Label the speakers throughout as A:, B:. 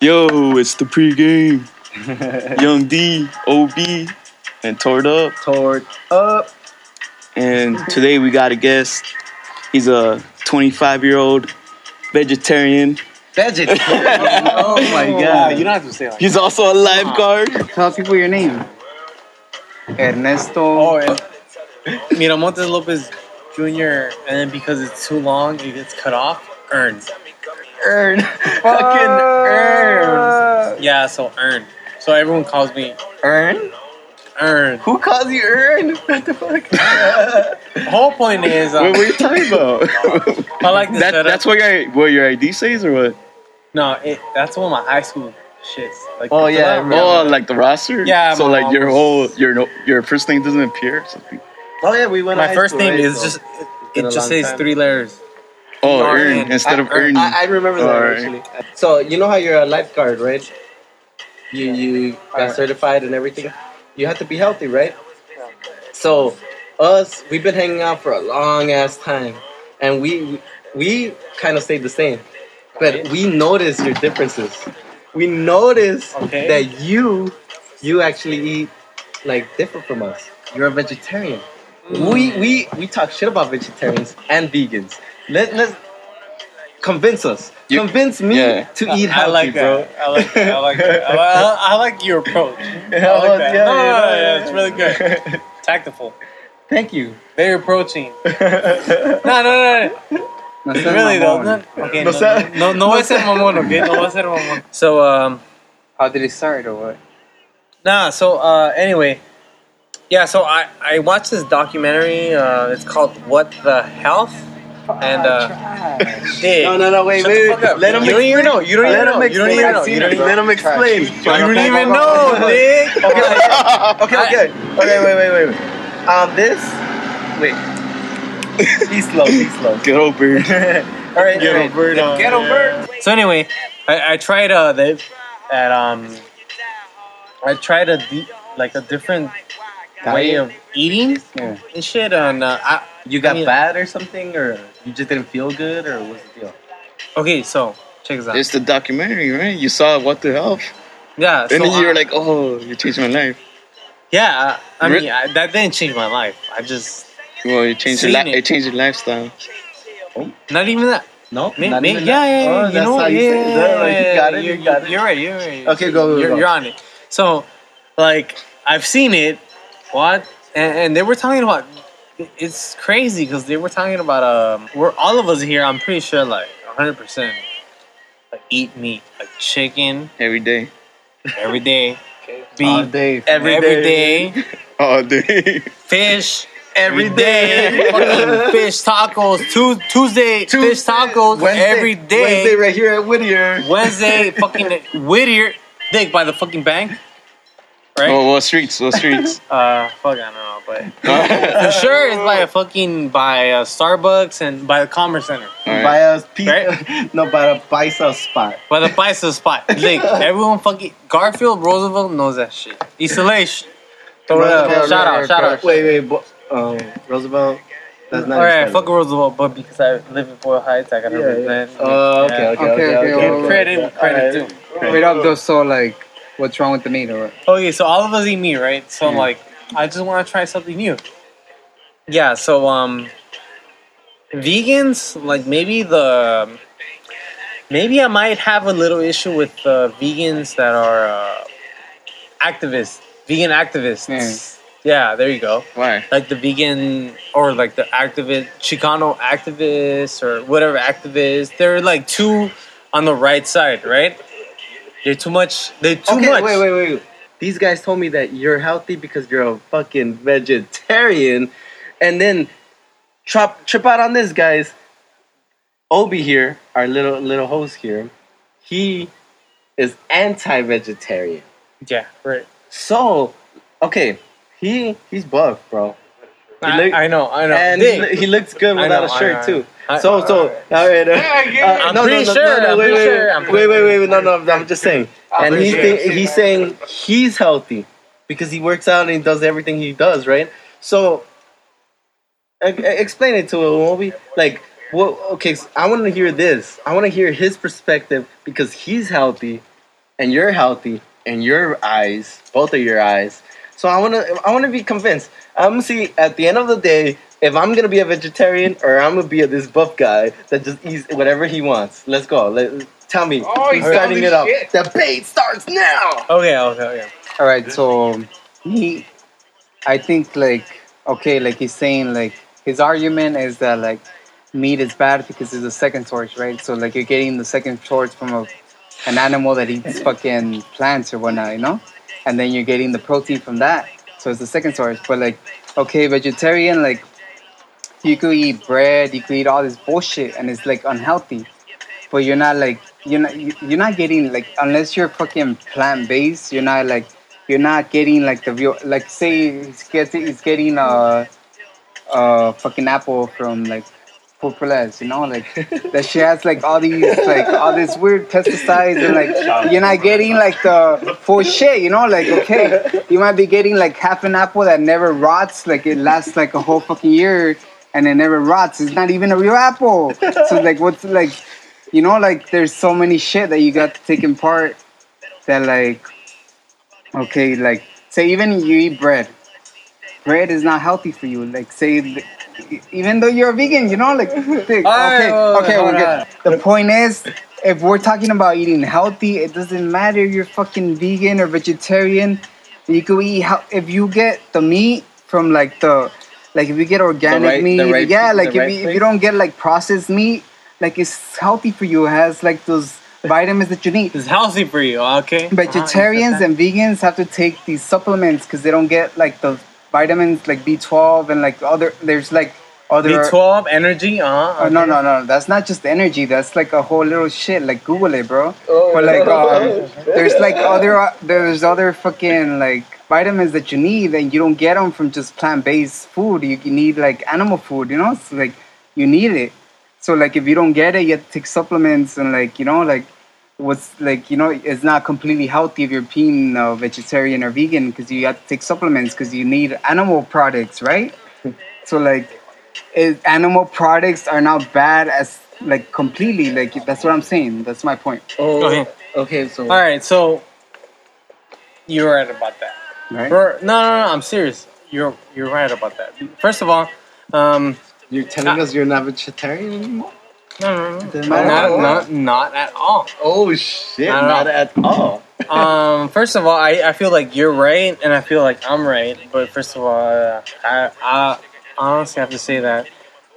A: Yo, it's the pregame. Young D, OB, and Tord Up.
B: Toward up.
A: And today we got a guest. He's a 25 year old vegetarian.
B: Vegetarian. oh my
C: Yeah,
B: god.
C: you don't have to say like.
A: He's also a lifeguard.
B: Tell people your name. Ernesto.
C: Oh, and Miramontes Lopez Jr. And then because it's too long, it gets cut off. Earns.
B: Ern. Fucking
C: Fuck.
B: Ern.
C: Yeah, so earn. So everyone calls me
B: Ern?
C: Earn.
B: Who calls you Ern? What the fuck?
C: The whole point is,
A: What were
C: uh,
A: you talking about?
C: I like this
A: that,
C: setup.
A: that's what your, what your ID says, or what?
C: no, it, that's one of my high school shits. Like,
B: Oh,
C: that's
B: yeah,
C: what I
B: I
C: remember.
A: Oh, like the roster?
C: Yeah,
A: So,
C: my
A: like,
C: mom
A: your
C: was-
A: whole, your no- your first name doesn't appear or something?
B: oh yeah, we went to
C: my
B: high
C: first
B: school,
C: name
B: right?
C: is
B: So-
C: just
B: been
C: it
B: a
C: just
B: long
C: says
B: time.
C: three lears.
A: Oh,
C: Earn.
A: Earn instead of
C: I- Earn.
A: Earn.
B: I, I remember that
A: Alright.
B: actually. So you know how you're a lifeguard, right? You you got
C: Alright.
B: certified and everything. You have to be healthy, right? So us, we've been hanging out for a long ass time, and we we kind of stayed the same, but
C: Okay.
B: we noticed your differences. We noticed
C: Okay.
B: that you you actually eat like different from us. You're a vegetarian. We we we talk shit about vegetarians and vegans. Let let convince us.
A: You-
B: convince me
A: yeah.
B: to eat healthy,
C: I like
B: bro.
C: that. I like that. I like that. I, li- I like your approach. I like
B: Yeah, well,
C: that.
B: Oh, yeah,
C: no, no,
B: yeah,
C: no,
B: yeah,
C: yeah, it's really good. Tactful.
B: Thank you.
C: Very approaching. No, no, no. no. really though. No, okay,
A: No
C: no,
A: sé.
C: no, no, no voy a ser mamón, okay? No voy a ser mamón. So, um,
D: How did it start or what?
C: nah, so, uh, anyway. Yeah, so I, I watched this documentary. Uh, it's called What the Health? And, uh, hey,
B: No, no, no, wait,
C: shut
B: wait,
C: the fuck
B: wait.
C: up.
B: Let him
C: You don't even know. You don't even
B: Let
C: know.
B: him
C: You don't
B: explain.
C: even know. You don't even
B: Let him explain.
C: You don't even
D: go, go,
C: know,
D: go.
C: Nick.
B: Okay, okay, okay,
C: I-
B: okay, okay. Wait, wait, wait, wait. Um, this. Wait. Be slow. Be slow.
A: Good old Bird.
B: All right. all right.
C: bird on.
B: Get over.
C: So anyway, I, I tried uh the at um I tried a di- like a different way of eating
B: Yeah.
C: and shit on uh, I,
B: You got
C: I mean-
B: fat or something, or you just didn't feel good, or what's the deal?
C: okay so check this out
A: It's the documentary, right? You saw what the hell,
C: yeah so
A: and then
C: I-
A: you were like, "Oh, you changed my life."
C: yeah I, I
A: Re-
C: mean I, that didn't change my life I just
A: Well, you changed your
C: Seen
A: li-
C: it.
A: it. changed your lifestyle.
C: not even that
B: No.
C: me,
B: Not
C: me,
B: even
C: yeah
B: that?
C: yeah, yeah,
B: Oh,
C: you
B: that's
C: know
B: how
C: what?
B: you
C: yeah,
B: say it.
C: yeah,
B: No, no,
C: yeah,
B: you got it.
C: you're,
B: You got it.
C: you're right you're right
B: Okay, go, go,
C: you're,
B: go.
C: you're on it so like I've seen it what and, and they were talking about it's crazy because they were talking about um we're all of us here I'm pretty sure like 100 percent like eat meat like chicken
A: Every day.
C: every day
B: All
C: beef
B: day.
C: every day.
A: All day.
C: fish
B: Every day.
C: fucking fish tacos Tu- Tuesday, fish tacos
B: Wednesday,
C: every day
B: Wednesday, right here at Whittier.
C: Wednesday, fucking Whittier, dick by the fucking bank, right?
A: Oh, what streets? What streets?
C: Uh, fuck, I don't know, but
A: Alright.
C: for sure it's by a fucking by uh, Starbucks and by the Commerce Center,
B: Buy us pizza.
C: Right?
B: No, buy a pizza spot.
C: by the Pfizer spot. Dick, everyone fucking Garfield Roosevelt knows that shit. Isolation, throw it up.
B: Roosevelt,
C: Shout out,
B: Roosevelt,
C: shout out.
B: Wait, wait, bo- um, Roosevelt. That's not.
C: All right,
B: his
C: fuck
B: name.
C: Roosevelt, but because I live in Boyle Heights, I gotta
B: Yeah, yeah.
C: represent.
B: Oh, okay,
C: Yeah.
B: okay,
D: Okay,
B: okay,
D: okay,
B: okay.
D: okay.
C: Credit, credit too.
D: Wait up though, so like, what's wrong with the meat or what?
C: Okay, so all of us eat meat, right? So like, I just want to try something new. Yeah. So um, vegans like maybe the maybe I might have a little issue with uh, vegans that are uh, activists, vegan
B: Hmm.
C: activists. Yeah, there you go.
A: Why?
C: Like the vegan or like the activist Chicano activists or whatever activists. They're like too on the right side, right? They're too much. They're too
B: okay,
C: much.
B: wait, wait, wait. These guys told me that you're healthy because you're a fucking vegetarian, and then trip trip out on this, guys. Obi here, our little little host here, he is anti-vegetarian.
C: Yeah, right.
B: So, okay, he he's buff, bro. He
C: I,
B: look-
C: I know, I know.
B: And
C: Dick,
B: he, lo- he looks good
C: I
B: without
C: know,
B: a
C: I
B: shirt
C: know,
B: too.
C: I know.
B: so
C: I-
B: so all right. uh, uh,
C: I'm
B: no, no,
C: pretty
B: no,
C: sure,
B: no, no,
C: I'm
B: wait,
C: pretty
B: wait,
C: sure, I'm
B: wait,
C: pretty
B: wait, wait, wait, no, no, I'm just saying. And
D: pretty
B: he's
D: sure.
B: think, he's saying he's healthy because he works out and he does everything he does, right? So e- e- explain it to him, Obi. Like, what? Okay, so I want to hear this. I want to hear his perspective because he's healthy and you're healthy and your eyes, both of your eyes. So I wanna I wanna be convinced. I'm gonna see at the end of the day if I'm gonna be a vegetarian or I'm gonna be a, this buff guy that just eats whatever he wants. Let's go. Let, tell me.
E: Oh, he's
B: starting it up.
E: Shit.
B: The bait starts now.
C: Okay, okay, okay.
D: All right, so he, I think like okay, like he's saying like his argument is that like meat is bad because it's a second source, right? So like you're getting the second source from a, an animal that eats fucking plants or whatnot, you know, and then you're getting the protein from that. So it's the second source. But like okay, vegetarian like you could eat bread, you could eat all this bullshit, and it's like unhealthy. But you're not like you're not you- you're not getting like unless you're fucking plant based, you're not like you're not getting like the real like say he's getting he's getting a a fucking apple from like Populous, you know, like that she has like all these like all this weird pesticides and like you're not getting like the full shit, you know, like okay, you might be getting like half an apple that never rots, like it lasts like a whole fucking year and it never rots. It's not even a real apple. So like what's like you know, like there's so many shit that you got to take in part that like okay, like say even you eat bread. Bread is not healthy for you. Like say th- even though you're a vegan, you know, like think,
C: Alright,
D: okay,
C: wait, wait,
D: okay,
C: hold
D: we're
C: on.
D: good. The point is if we're talking about eating healthy, it doesn't matter if you're fucking vegan or vegetarian. You could eat hel- if you get the meat from like the like if you get organic right- the meat, right- yeah, the like if, right you, if you place? don't get like processed meat, like it's healthy for you. It has like those vitamins that you need.
C: It's healthy for Ah, you, okay?
D: Vegetarians and vegans have to take these supplements because they don't get like the vitamins like B12 and like other. There's like other.
C: B12 Uh-huh. energy, uh huh.
D: Oh, no, no, no. That's not just energy. That's like a whole little shit. Like Google it, bro. but like, um, there's like other there's other fucking like vitamins that you need, and you don't get them from just plant based food. You need like animal food. You know, so like you need it. So like if you don't get it, you have to take supplements and like you know like what's like you know it's not completely healthy if you're being uh, vegetarian or vegan because you have to take supplements because you need animal products, right? so like is animal products are not bad as like completely like that's what I'm saying. That's my point.
B: Oh.
C: Go ahead.
B: Okay, so
C: All right, so you're right about that.
D: Right?
C: Bro, no, no, no, I'm serious. You're you're right about that. First of all, um,
B: you're telling
E: Uh,
B: us you're not vegetarian anymore?
C: no, no, no,
B: Then
C: not,
B: not at all.
C: not, not at all.
B: Oh shit!
C: Not at
B: Not
C: all.
B: at all.
C: Um, first of all, I, I feel like you're right, and I feel like I'm right. But first of all, uh, I I honestly have to say that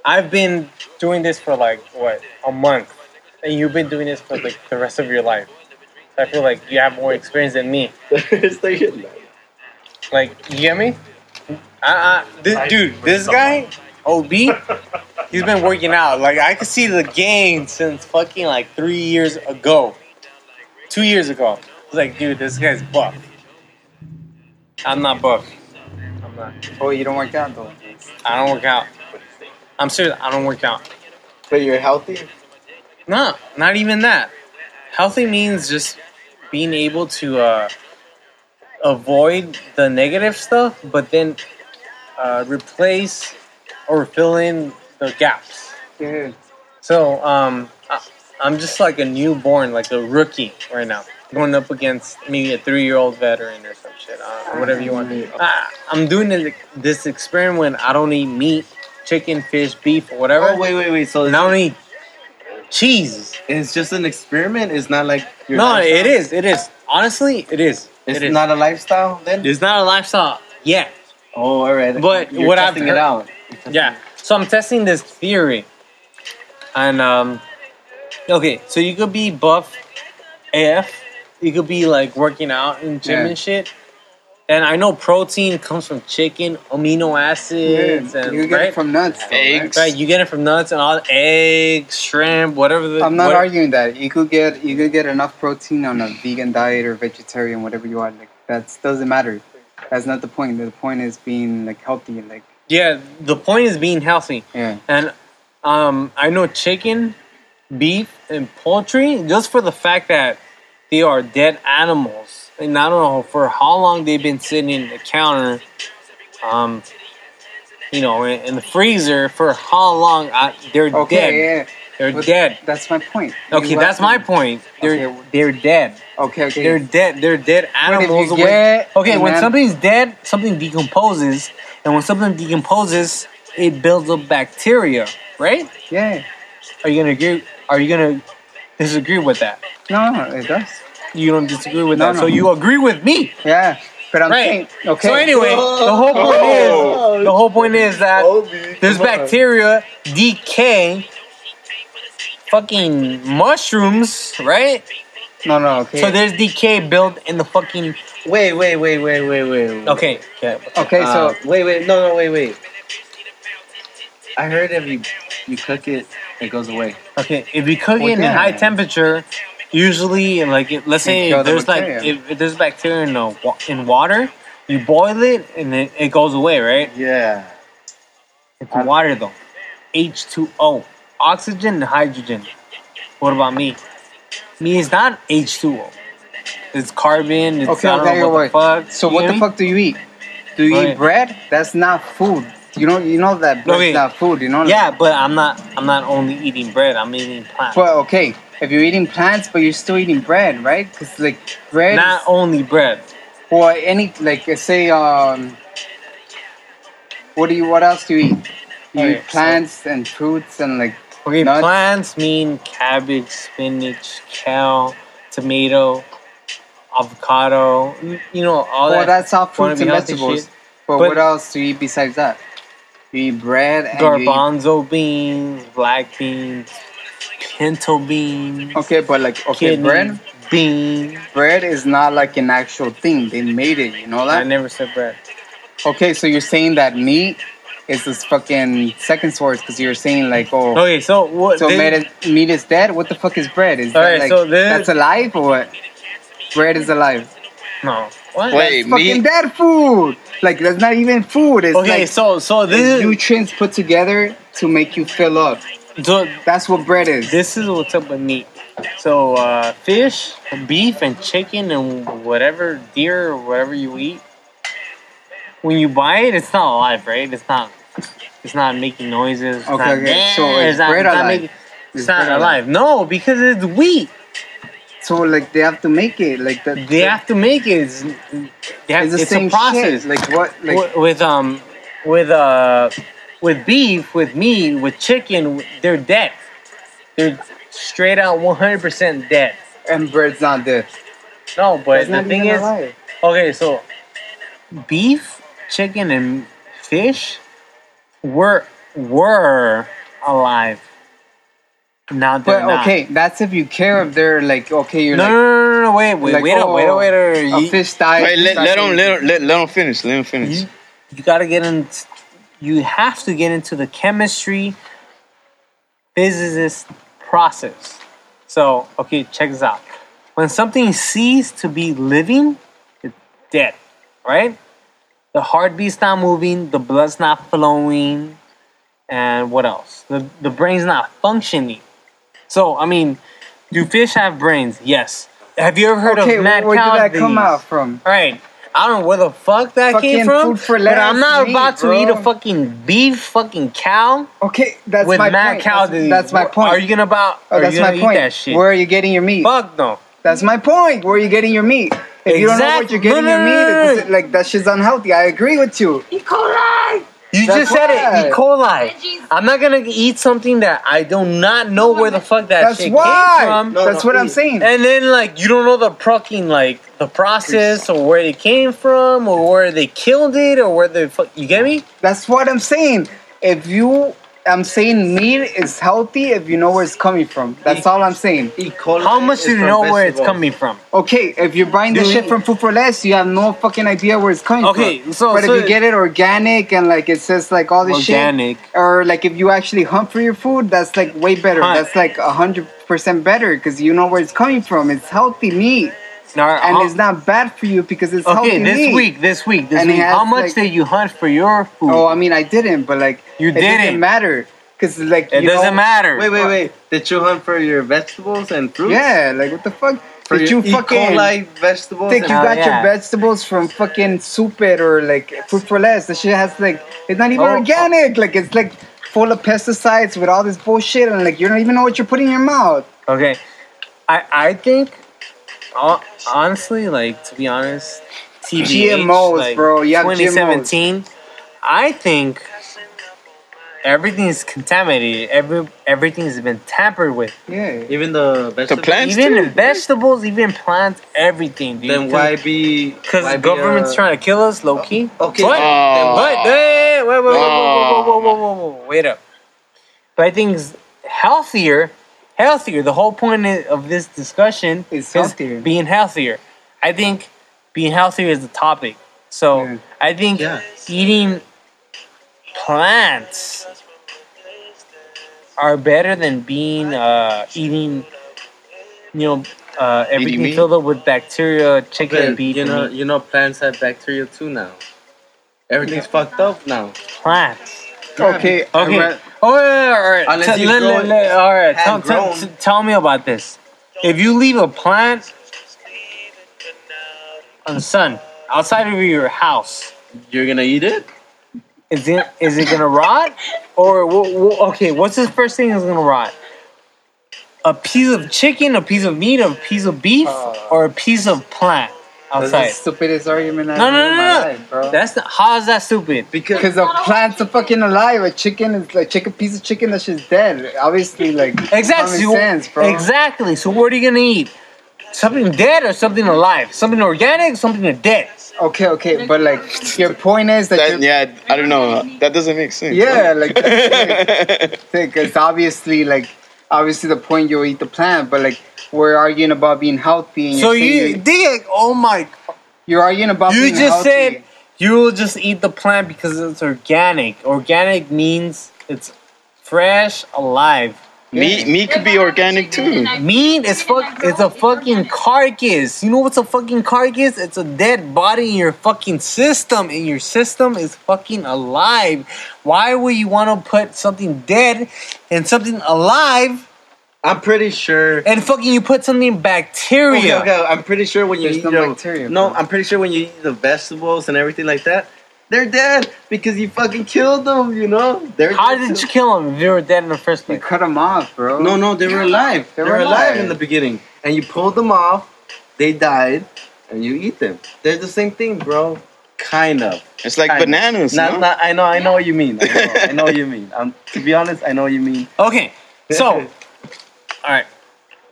C: I've been doing this for like what a month, and you've been doing this for like the rest of your life. So I feel like you have more experience than me.
B: It's like-
C: Like, you get me? I, I, this, dude, this guy, OB, he's been working out. Like, I could see the gain since fucking like three years ago, two years ago. I was like, dude, this guy's buff. I'm not buff. I'm not.
D: Oh, you don't work out though.
C: I don't work out. I'm serious. I don't work out.
B: but you're healthy.
C: No, not even that. Healthy means just being able to uh, avoid the negative stuff, but then uh, replace or fill in the gaps.
D: Yeah.
C: So um, I, I'm just like a newborn, like a rookie right now, going up against maybe a three-year-old veteran or some shit, uh, whatever you want. I, I'm doing this, this experiment. I don't eat meat, chicken, fish, beef, or whatever.
B: Oh wait, wait, wait. So
C: and
B: it's,
C: I don't eat cheese.
B: it's just an experiment. It's not like your
C: No,
B: lifestyle?
C: it is. It is. Honestly, it is.
B: It's
C: it is.
B: not a lifestyle then.
C: It's not a lifestyle. Yeah.
B: Oh, all right.
C: But
B: you're
C: what I've
B: testing
C: heard-
B: it out.
C: Yeah. So I'm testing this theory, and um, okay. So you could be buff, AF. You could be like working out in gym
D: Yeah.
C: and shit. And I know protein comes from chicken, amino acids, and
D: you get
C: right,
D: it from nuts. Though, right?
C: right. You get it from nuts and all eggs, shrimp, whatever. The,
D: I'm not
C: what-
D: arguing that you could get you could get enough protein on a vegan diet or vegetarian, whatever you are. Like that doesn't matter. That's not the point. The point is being like healthy. Like
C: Yeah. The point is being healthy.
D: yeah,
C: And um, I know chicken, beef, and poultry just for the fact that they are dead animals. And I don't know for how long they've been sitting in the counter, um, you know, in, in the freezer for how long I, they're
D: okay,
C: dead.
D: yeah.
C: They're
D: But
C: dead.
D: That's my point.
C: Okay,
D: You
C: that's
D: have
C: my
D: to-
C: point. They're
D: Okay.
C: they're dead.
D: Okay, okay.
C: They're dead. They're dead
D: if
C: animals.
D: you
C: when-
D: get
C: okay,
D: an
C: when
D: an-
C: something's dead, something decomposes, and when something decomposes, it builds up bacteria, right?
D: yeah.
C: Are you gonna agree? Are you gonna disagree with that?
D: No, no, it does.
C: You don't disagree with
D: No,
C: that,
D: no.
C: so you agree with me,
D: Yeah, but I'm
C: right?
D: saying okay.
C: So anyway, the whole point
A: Oh.
C: is the whole point is that
D: Oh.
C: there's bacteria, decay, fucking mushrooms, right?
D: No, no, okay.
C: So there's decay built in the fucking.
B: Wait, wait, wait, wait, wait, wait. wait.
C: Okay. Okay.
D: okay,
B: Uh,
D: so
B: wait, wait, no, no, wait, wait. I heard if you you cook it, it goes away.
C: Okay, if you cook
D: Well,
C: it in a
D: yeah.
C: high temperature, usually, like if, let's
D: You
C: say
D: kill
C: if
D: the
C: there's like
D: bacteria.
C: if, if there's bacteria in the, wa- in water, you boil it and it, it goes away, right?
B: Yeah.
C: It's water though, H two O, oxygen and hydrogen. What about me? Me is not H two O. It's carbon. It's
D: okay,
C: I don't
D: okay,
C: know what
D: wait.
C: the fuck.
D: So
C: You
D: what
C: get
D: the
C: me?
D: fuck do you eat? Do you
C: Right.
D: eat bread? That's not food. You know, you know that bread's
C: Okay.
D: not food. You know.
C: Yeah, but I'm not. I'm not only eating bread. I'm eating plants.
D: Well, okay. If you're eating plants, but you're still eating bread, right? Because like bread,
C: not
D: is,
C: only bread.
D: or any like let's say um, what do you? What else do you eat? You
C: Okay,
D: eat plants and fruits and like
C: Okay,
D: Nuts.
C: plants mean cabbage, spinach, kale, tomato, avocado. n- You know all
D: well,
C: that.
D: oh, that's all
C: wanna
D: fruits
C: be
D: and
C: healthy
D: vegetables.
C: shit.
D: But,
C: But-
D: what else do you eat besides that? You eat bread and you eat
C: Garbanzo beans, black beans, pinto beans,
D: Okay, but like okay,
C: kidney
D: bread
C: bean.
D: bread is not like an actual thing. They made it, you know
C: I
D: that?
C: never said bread.
D: Okay, so you're saying that meat is this fucking second source because you're saying like oh
C: Okay, so what?
D: so
C: this-
D: meat is, meat is dead? What the fuck is bread? Is that
C: Alright,
D: like
C: so this-
D: that's alive or what? Bread is alive.
C: no. What?
E: Wait,
D: It's
E: meat?
D: fucking dead food. Like that's not even food. It's
C: Okay,
D: like
C: so so
D: it's
C: this is
D: nutrients put together to make you fill up.
C: so
D: That's what bread is.
C: this is what's up with meat. So uh, fish, beef, and chicken, and whatever deer or whatever you eat, when you buy it, it's not alive, right? It's not. It's not making noises. It's
D: Okay,
C: not,
D: okay, so
C: "Eh,"
D: is
C: it's not,
D: bread
C: it's not
D: alive?
C: making- it's
D: Is
C: not
D: bread
C: alive. No, because it's wheat.
D: So like they have to make it like that.
C: They have to make it. It's, they have,
D: It's
C: it's,
D: the same
C: a process.
D: shit. Like what? Like
C: Wi- with um, with uh, with beef, with meat, with chicken, they're dead. They're straight out 100% dead.
D: and bread's not dead.
C: No, but
D: That's
C: the
D: not
C: thing
D: even
C: is,
D: alive.
C: Okay, so beef, chicken, and fish were were alive. Now they're
D: But
C: not.
D: okay, that's if you care if they're like okay, you're
C: No,
D: like,
C: no, no, no, no, wait, wait,
D: like,
C: wait, up, wait,
D: oh,
C: up, wait, up, wait, up.
D: a
C: You-
D: fish died.
E: Wait, let, let him
D: him
E: let, him- let let him finish. Let him finish.
C: You, you gotta get in. You have to get into the chemistry, physicist process. So, okay, check this out. When something ceases to be living, it's dead, right? The heartbeat's not moving, the blood's not flowing, and what else? The the brain's not functioning. So, I mean, do fish have brains? Yes. Have you ever heard
D: Okay,
C: of
D: where,
C: mad
D: where
C: cow
D: did that come
C: disease?
D: out from?
C: All right. I don't know where the fuck that
D: Fucking
C: came from,
D: food for
C: but I'm
D: less
C: not
D: meat,
C: about to
D: bro.
C: eat a fucking beef, fucking cow
D: Okay, that's
C: with
D: my
C: mad
D: point.
C: cow
D: that's,
C: disease.
D: that's my
C: Wh-
D: point.
C: Are you gonna about?
D: Oh,
C: are
D: that's
C: you gonna
D: my
C: eat
D: point.
C: that shit?
D: Where are you getting your meat?
C: Fuck no.
D: That's my point. Where are you getting your meat? If you don't know what
C: Exact-
D: you're getting
C: no, no,
D: your meat,
C: no, no,
D: it's-
C: no.
D: like that shit's unhealthy. I agree with you.
C: You
D: That's
C: just said it. E.
D: why.
C: coli. I'm not gonna eat something that I do not know where the fuck that
D: That's
C: shit
D: why.
C: came from.
D: that's what I'm saying.
C: And then like you don't know the fucking like the process or where it came from or where they killed it or where the fuck you get me?
D: That's what I'm saying. If you, I'm saying meat is healthy if you know where it's coming from. That's all I'm saying.
B: E. coli.
C: How much
B: is
C: do you
B: from
C: know where it's
B: vegetables.
C: coming from?
D: Okay, if you're buying this
C: Dude.
D: shit from Food for Less, you have no fucking idea where it's coming
C: Okay,
D: from.
C: so-
D: but
C: so-
D: if you get it organic and like it says like all this
C: Organic.
D: shit, or like if you actually hunt for your food, that's like way better.
C: Hunt.
D: That's like a hundred percent better because you know where it's coming from. It's healthy meat,
C: Now,
D: and
C: how-
D: it's not bad for you because it's
C: okay,
D: healthy
C: this
D: meat.
C: week, this week, this
D: And it
C: week.
D: has,
C: How much
D: like-
C: did you hunt for your food?
D: Oh, I mean, I didn't, but like
C: You
D: it doesn't
C: didn't.
D: matter because like
C: it
D: you
C: doesn't
D: know,
C: matter.
B: Wait, wait, wait. Did you hunt for your vegetables and fruits?
D: Yeah, like what the fuck?
B: For
D: Did
B: your
D: you
B: E.
D: fucking
B: coli vegetables?
D: think
B: and-
D: you
C: Oh,
D: got
C: yeah.
D: your vegetables from fucking Super or like Food for Less? That shit has like it's not even
C: Oh,
D: organic. Like it's like full of pesticides with all this bullshit, and like you don't even know what you're putting in your mouth.
C: Okay, I I think hon- honestly, like to be honest, TBH,
D: GMOs,
C: like,
D: bro. Yeah,
C: 2017. I think everything is contaminated. Every everything has been tampered with.
D: Yeah.
B: Even the best.
E: The plants
C: even
E: too.
C: vegetables, even plants, everything. Dude.
B: Then why be?
C: Because
B: why
C: the
B: be,
C: government's
B: uh,
C: trying to kill us, low key.
B: Okay.
C: What?
E: Oh.
C: What? Wait, wait, wait, wait, whoa, whoa, whoa,
E: Oh.
C: whoa, whoa, whoa, whoa. Wait up. But I think it's healthier, healthier. The whole point i- of this discussion
D: It's
C: is
D: healthier.
C: being healthier. I think being healthier is the topic. So
D: Yeah.
C: I think
B: Yeah.
C: eating plants are better than being uh, eating, you know, uh, everything
E: meat?
C: filled up with bacteria, chicken and
B: But,
C: beef,
B: you
C: and
B: know,
C: meat.
B: you know, plants have bacteria too now. Everything's fucked up now.
C: plants.
D: Okay. uh,
C: Okay.
D: alright.
C: all right, all right.
B: Unless
C: Te-
B: you
C: le-
B: grow
C: le-
B: it
C: le- all right. Tell, tell,
B: hand-grown.
C: t- tell me about this. If you leave a plant on the sun outside of your house,
B: You're gonna eat it?
C: is it is it gonna rot? Or wh- wh- okay, what's the first thing that's gonna rot? A piece of chicken, a piece of meat, a piece of beef,
D: Uh,
C: or a piece of plant
D: That's the
C: outside.
D: stupidest argument I've
C: No, no,
D: heard in
C: no,
D: my
C: no.
D: life, bro.
C: That's not, how is that stupid?
B: Because
D: because a plant's a fucking alive. A chicken is like chicken piece of chicken that shit's dead. Obviously, like
C: Exactly.
D: common sense, bro.
C: Exactly. So what are you gonna eat? Something dead or something alive? Something organic, something dead.
D: Okay, okay, but like your point is that,
E: That,
D: you're-
E: yeah, I don't know. That doesn't make sense.
D: Yeah, like,
E: that.
D: like it's obviously like obviously the point you'll eat the plant, but like we're arguing about being healthy and
C: So
D: you're, saying
C: you
D: you're,
C: dig? Oh my!
D: you're arguing about
C: You
D: being
C: just said
D: healthy.
C: you will just eat the plant because it's organic. Organic means it's fresh, alive.
E: meat, meat could be organic too.
C: Meat is fuck. It's a fucking carcass. You know what's a fucking carcass? It's a dead body in your fucking system, and your system is fucking alive. Why would you want to put something dead and something alive,
B: I'm pretty sure.
C: and fucking you put something
B: Okay,
C: bacteria?
B: okay, I'm pretty sure when you
D: There's
B: eat
D: no
B: your-
D: bacteria,
B: No,
D: bro.
B: I'm pretty sure when you eat the vegetables and everything like that, they're dead because you fucking killed them. You know? They're
C: How
B: dead
C: did
B: too.
C: you kill them if they were dead in the first
D: You
C: place?
D: cut them off, bro.
B: No, no, they were alive. They, were alive. in the beginning, and you pulled them off. They died, and you eat them. They're the same thing, bro. Kind of.
E: It's like
B: Kind of.
E: bananas.
B: Not,
E: no?
B: not, I know, I know what you mean. I know, I know what you mean. Um, to be honest, I know what you mean.
C: Okay, so, all right,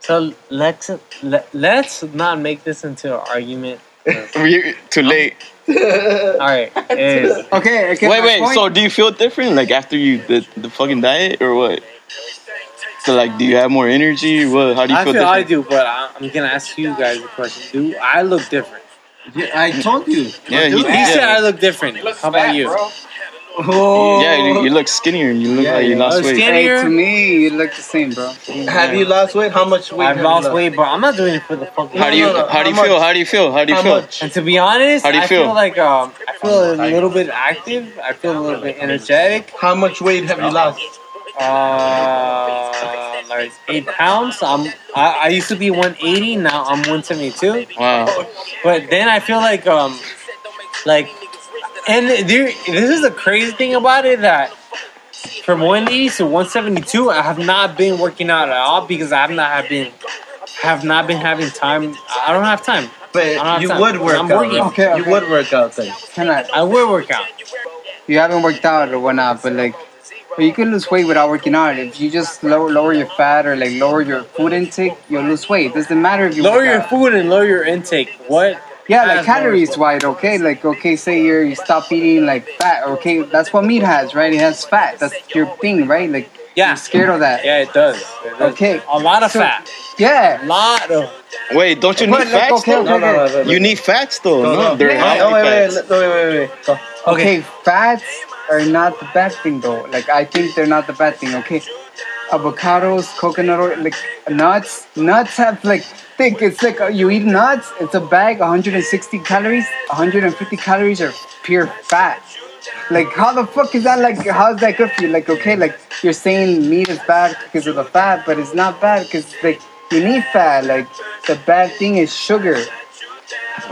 C: so let's let, let's not make this into an argument.
E: We- too late.
C: All right, is-
D: Okay, okay.
E: wait,
D: my
E: wait.
D: point-
E: So, do you feel different like after you the, the fucking diet or what? So, like, do you have more energy? What? How do you
C: I
E: feel,
C: feel I
E: different?
C: do, but I, I'm gonna ask you guys a question. Do I look different?
B: I told you.
E: yeah,
C: He
E: you,
C: said I
E: yeah,
C: look different. How about you?
B: Oh.
E: yeah. You, you look skinnier. You look
D: Yeah,
E: like you
D: yeah.
E: lost
C: Oh,
E: weight.
C: skinny.
D: Hey,
C: Here.
D: to me, you look the same, bro.
B: Have you lost weight? How much weight?
C: I've
B: have you
C: lost weight, but I'm not doing it for the fucking.
E: How do you
B: No, no, no.
E: how do you
B: How
E: feel?
B: much?
E: How do you feel? How do you
B: How
E: feel?
B: much?
C: And to be honest,
E: How do you
C: I
E: feel?
C: feel like um, I feel a little bit active. I feel a little bit energetic.
B: How much weight have you lost?
C: Uh, like eight pounds. I'm. I, I used to be 180. Now I'm 172.
E: Wow.
C: But then I feel like um, like, and there, this is the crazy thing about it that from 180 to 172, I have not been working out at all because I have not have been have not been having time. I don't have time. I don't
B: But
C: have
B: you
C: time.
B: would work
C: I'm
B: out.
C: working.
B: right?
D: Okay,
B: You
D: okay.
B: would work out then.
D: Can I?
C: I will work out.
D: You haven't worked out or whatnot, but like, but you can lose weight without working out. If you just low, lower your fat or like lower your food intake, you'll lose weight. doesn't matter if you
C: Lower
D: work
C: your
D: out.
C: food and lower your intake. What?
D: Yeah, like
C: has lower-
D: calories wise, okay? Like, okay, say you're, you stop eating like fat, okay? That's what meat has, right? It has fat. That's your thing, right? Like,
C: Yeah.
D: you're scared of that.
C: Yeah, it does. It does.
D: Okay.
C: A lot of
D: So-
C: fat.
D: Yeah.
C: lot of.
E: Wait, don't you
D: But
E: need
D: like,
E: fats
D: okay,
E: though?
D: okay,
B: No, no, no,
D: okay.
B: no, no.
E: You need fats though.
B: No,
E: No,
B: no.
E: they're
D: Yeah.
E: healthy
B: Oh, wait, wait,
E: fats.
B: wait, no, wait, wait, wait. Go.
D: Okay, fats are not the bad thing though. Like, I think they're not the bad thing, okay? Avocados, coconut oil, like nuts. Nuts have like thick. It's like uh, you eat nuts. It's a bag, 160 calories. 150 calories are pure fat. Like how the fuck is that? Like how is that good for you? Like okay, like you're saying meat is bad because of the fat, but it's not bad because like you need fat. Like the bad thing is sugar.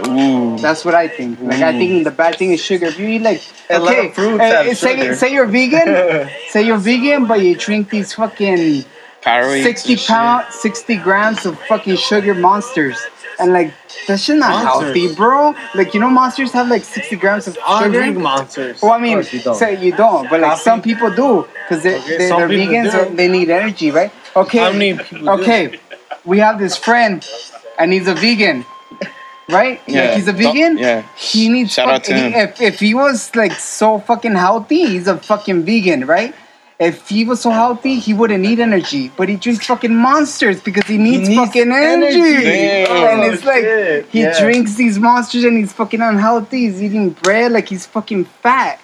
E: Ooh.
D: That's what I think. Like I think the bad thing is sugar. If you eat like
B: A lot of
D: okay,
B: fruits
D: uh,
B: have
D: say
B: sugar.
D: say you're vegan, say you're vegan, but you drink these fucking
E: Powerade.
D: sixty pound, sixty grams of fucking sugar monsters, and like that's shit not
C: Monsters.
D: healthy, bro. Like you know, monsters have like sixty grams of
C: I don't drink
D: sugar.
C: monsters.
D: Well, I mean,
B: course you don't.
D: say you don't, but like
B: Coffee?
D: some people do because they,
C: Okay,
D: they
C: some
D: they're
C: people
D: vegans
C: do.
D: or they need energy, right? Okay,
C: How many people do?
D: okay, we have this friend, and he's a vegan, right?
E: Yeah.
D: Like he's a vegan.
E: Yeah.
D: He needs.
E: Shout out to
D: he-
E: him.
D: If if he was like so fucking healthy, he's a fucking vegan, right? If he was so healthy, he wouldn't need energy, but he drinks fucking monsters because he needs,
B: needs Oh,
D: fucking energy.
E: Damn.
D: And it's like
B: shit.
D: he
B: Yeah.
D: drinks these monsters and he's fucking unhealthy. He's eating bread like he's fucking fat.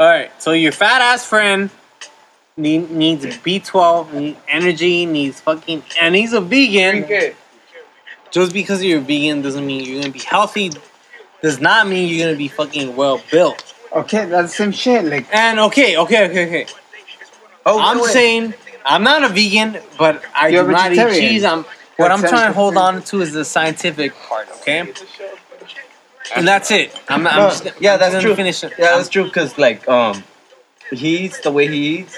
C: All right, so your fat ass friend need, needs B12, needs energy, needs fucking, and he's a vegan. Just because you're vegan doesn't mean you're gonna be healthy. Does not mean you're gonna be fucking well built.
D: Okay, that's the same shit. Like
C: And okay, okay, okay, okay.
B: Oh,
C: I'm saying I'm not a vegan, but I
D: You're
C: do
D: a
C: not eat
D: vegetarian.
C: cheese. I'm what I'm
D: That's
C: trying to hold
D: vegetarian.
C: on to is the scientific part, okay? And that's it. I'm, I'm
B: No,
C: just,
B: yeah,
C: I'm
B: that's
C: just
B: true.
C: gonna finish it.
B: Yeah,
C: I'm-
B: that's true. Cause like, um, he eats the way he eats,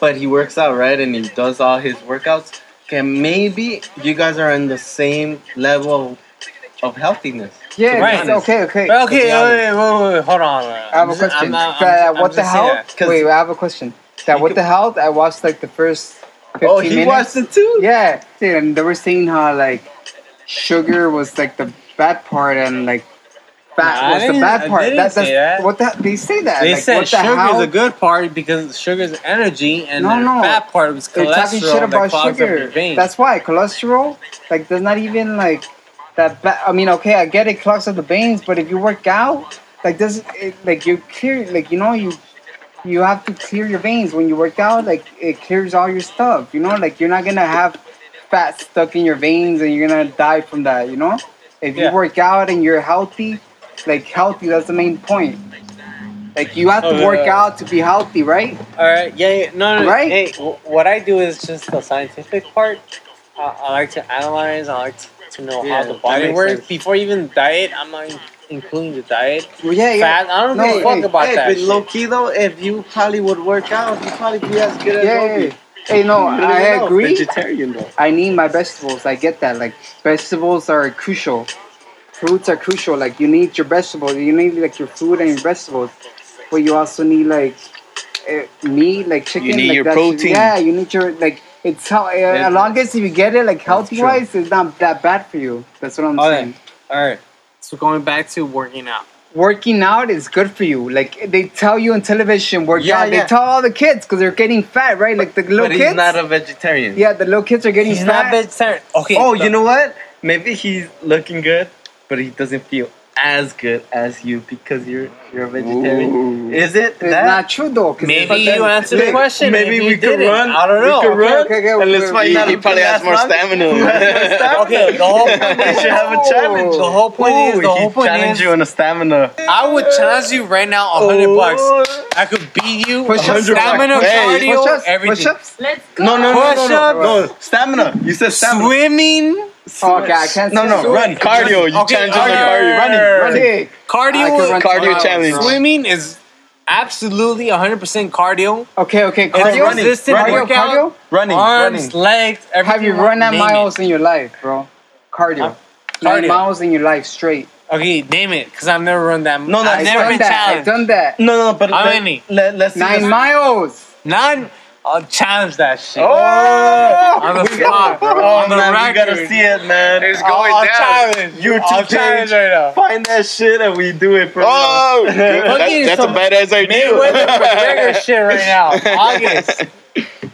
B: but he works out right, and he does all his workouts. Okay, maybe you guys are in the same level of healthiness.
D: yeah,
C: Right.
D: that's- okay, okay.
C: Well,
B: to be
C: okay, wait, wait, wait, wait, hold on.
D: I have a question. That what the hell?
B: that.
D: Wait, I have a question. That
B: You
D: what
B: could-
D: the hell? I watched like the first fifteen
B: Oh, he
D: minutes.
B: watched it too.
D: Yeah, dude, and they were saying how like sugar was like the bad part and like fat
C: Nah, I
D: was the
C: didn't- I
D: bad part.
C: didn't
D: that's
C: say that.
D: what the, they say that.
C: They
D: like,
C: said
D: what the
C: sugar
D: hell?
C: is a good part because sugar's energy and
D: No,
C: the
D: no.
C: fat part was
D: They're
C: cholesterol
D: talking shit
C: that
D: about
C: clogs up your
D: sugar.
C: veins.
D: That's why cholesterol like does not even like that. Ba- I mean, okay, I get it clogs up the veins, but if you work out, like does it, like you clear like you know you. You have to clear your veins when you work out. Like it clears all your stuff. You know, like you're not gonna have fat stuck in your veins and you're gonna die from that, you know? If you
C: Yeah.
D: work out and you're healthy, like healthy, that's the main point. Like you have
C: Oh,
D: to work
C: yeah.
D: out to be healthy, right?
C: All right, yeah, yeah. No, no, no.
D: Right?
C: Hey, w- what I do is just the scientific part. I, I like to analyze. I like to, to know
B: Yeah,
C: how the
B: that
C: body
B: makes
C: works
B: sense.
C: before even diet. I'm not in- including the diet.
D: Well, yeah, yeah.
C: Fat. I don't
D: No,
C: give a fuck
D: hey,
C: about
B: hey,
C: that.
B: but
C: shit.
B: low key though, if you probably would work out, you probably be as good as
D: Yeah, yeah,
B: Obi.
D: yeah. Hey, no,
B: You don't
D: I
B: even know.
D: agree.
B: Vegetarian though.
D: I need my vegetables. I get that. Like vegetables are crucial. Fruits are crucial. Like you need your vegetables. You need like your fruit and your vegetables, but you also need like eh, meat, like chicken.
E: need
D: like
E: your
D: that shit.
E: protein.
D: Yeah, you need your like. It's how uh, as long as you get it like healthy
B: true.
D: wise, it's not that bad for you. That's what I'm
C: Oh, yeah.
D: saying.
C: All right. So going back to working out.
D: Working out is good for you. Like they tell you on television, work
B: Yeah,
D: out.
B: yeah.
D: They tell all the kids because they're getting fat, right? Like the little
B: But
D: kids.
B: he's not a vegetarian.
D: yeah, the little kids are getting
C: He's not
D: fat.
C: vegetarian. Okay.
B: Oh,
C: the-
B: you know what? Maybe he's looking good, but he doesn't feel as good as you because you're you're a vegetarian. Is it
D: It's
B: that?
D: not true though. 'cause it's
C: Maybe
D: fucking-
C: you answered the
B: Look,
C: question.
B: Maybe,
C: you
B: we could
C: didn't.
B: run.
C: I don't know.
B: We could
D: Okay,
B: run.
D: okay, okay,
B: and
D: we-
B: let's
D: we-
B: find
E: He,
B: out
E: he
B: who
E: probably
B: can
E: has
B: last
E: more
B: longer. Who
E: stamina.
B: has more stamina.
C: Okay, the whole point
B: we
C: is
B: should have a challenge.
C: the whole point is the
B: Ooh,
C: whole
B: he
C: point
B: challenged
C: is
B: you on a stamina.
C: I would challenge you right now a hundred bucks.
B: Oh.
C: I could beat you.
D: Push-ups,
C: stamina,
E: push-ups,
C: cardio,
D: push-ups,
C: everything.
D: push-ups.
F: Let's go.
B: No, no, no, no, no,
C: Push-ups.
B: no, Stamina. You said stamina.
C: Swimming,
D: Oh, okay, I can't.
B: No,
D: say
B: no,
D: that.
B: run.
E: cardio. You
C: Okay,
E: challenge
C: all
E: on the
C: right.
E: cardio. Running.
C: running.
D: Dick. I could
C: cardio,
D: run
E: Cardio
D: tomorrow,
E: challenge.
D: bro.
C: swimming is absolutely hundred percent cardio.
D: Okay, okay.
C: It's
D: Cardio,
B: running,
C: resistant
D: cardio,
C: workout.
D: cardio.
B: Running,
C: Arms,
B: running.
C: legs, everything.
D: Have you run that
C: name it.
D: miles in your life, bro? Cardio.
C: Huh?
D: Nine
C: Cardio.
D: miles in your life straight.
C: Okay, name it, because I've never run that.
B: No, no,
C: I've
B: it's
C: never
D: done
C: been
D: that. I've
C: challenged.
D: done that.
B: No, no, but
C: How
B: let,
C: many?
B: Let, let's see
D: Nine
B: this-
D: miles.
C: None. I'll challenge that shit.
B: Oh,
C: On the
B: we got-
C: spot, bro.
B: Oh,
C: On the
B: man, we
C: record.
B: gotta see it, man.
E: It's going
C: I'll, I'll
E: down.
C: challenge.
B: YouTube
C: I'll
B: page.
C: challenge right now.
B: Find that shit and we do it for
E: Oh, that, that's a
C: some
E: badass
C: Mayweather
E: idea.
C: McGregor shit right now. August.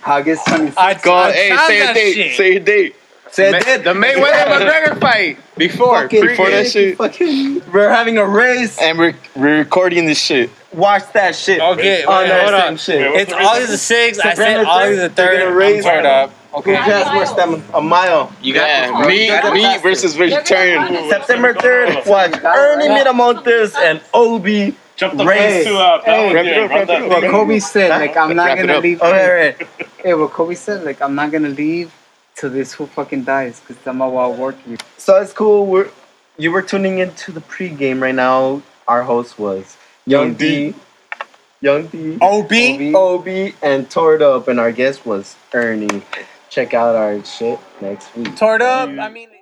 D: August 26th.
C: I,
E: Go
C: I
E: on, hey,
C: challenge
E: say a
C: that
E: date.
C: shit.
E: Say a date.
B: Say
E: Ma-
B: that.
E: The Mayweather McGregor fight before,
B: Fucking
E: before that shit,
B: Fucking, we're having a race.
E: and we're, we're recording this shit.
B: Watch that shit.
C: Okay,
B: on
C: wait,
B: that
C: hold
B: same
C: on.
B: shit.
C: it's August the 6th. I said
B: Sabrina
C: August the
B: said they're
C: 3rd.
B: gonna
C: I'm
B: raise-
C: fired up.
B: Who
C: Okay.
B: has more stamina? A mile.
E: You yeah,
F: bro.
E: me,
F: You gotta
E: me
F: faster.
E: versus
F: You're gonna run
E: vegetarian.
F: it.
B: September 3rd, watch Ernie Miramontes and Obi
G: Jump the
B: Race.
G: fence to uh,
D: Hey,
E: Wrap it
G: Belvedere.
E: up,
G: Run
E: wrap it
G: that
E: up.
D: What
G: thing.
D: Kobe said, like I'm not
E: Wrap it
D: gonna
E: up.
D: leave.
B: Okay, right.
D: Hey, what Kobe said, like I'm not gonna leave till this fool fucking dies, cause I'm gonna outwork you.
B: So it's cool. We're you were tuning into the pregame right now. Our host was Young D, Young D,
C: OB.
B: Obi, and Tord Up, and our guest was Ernie. Check out our shit next week.
C: Tord up. I mean.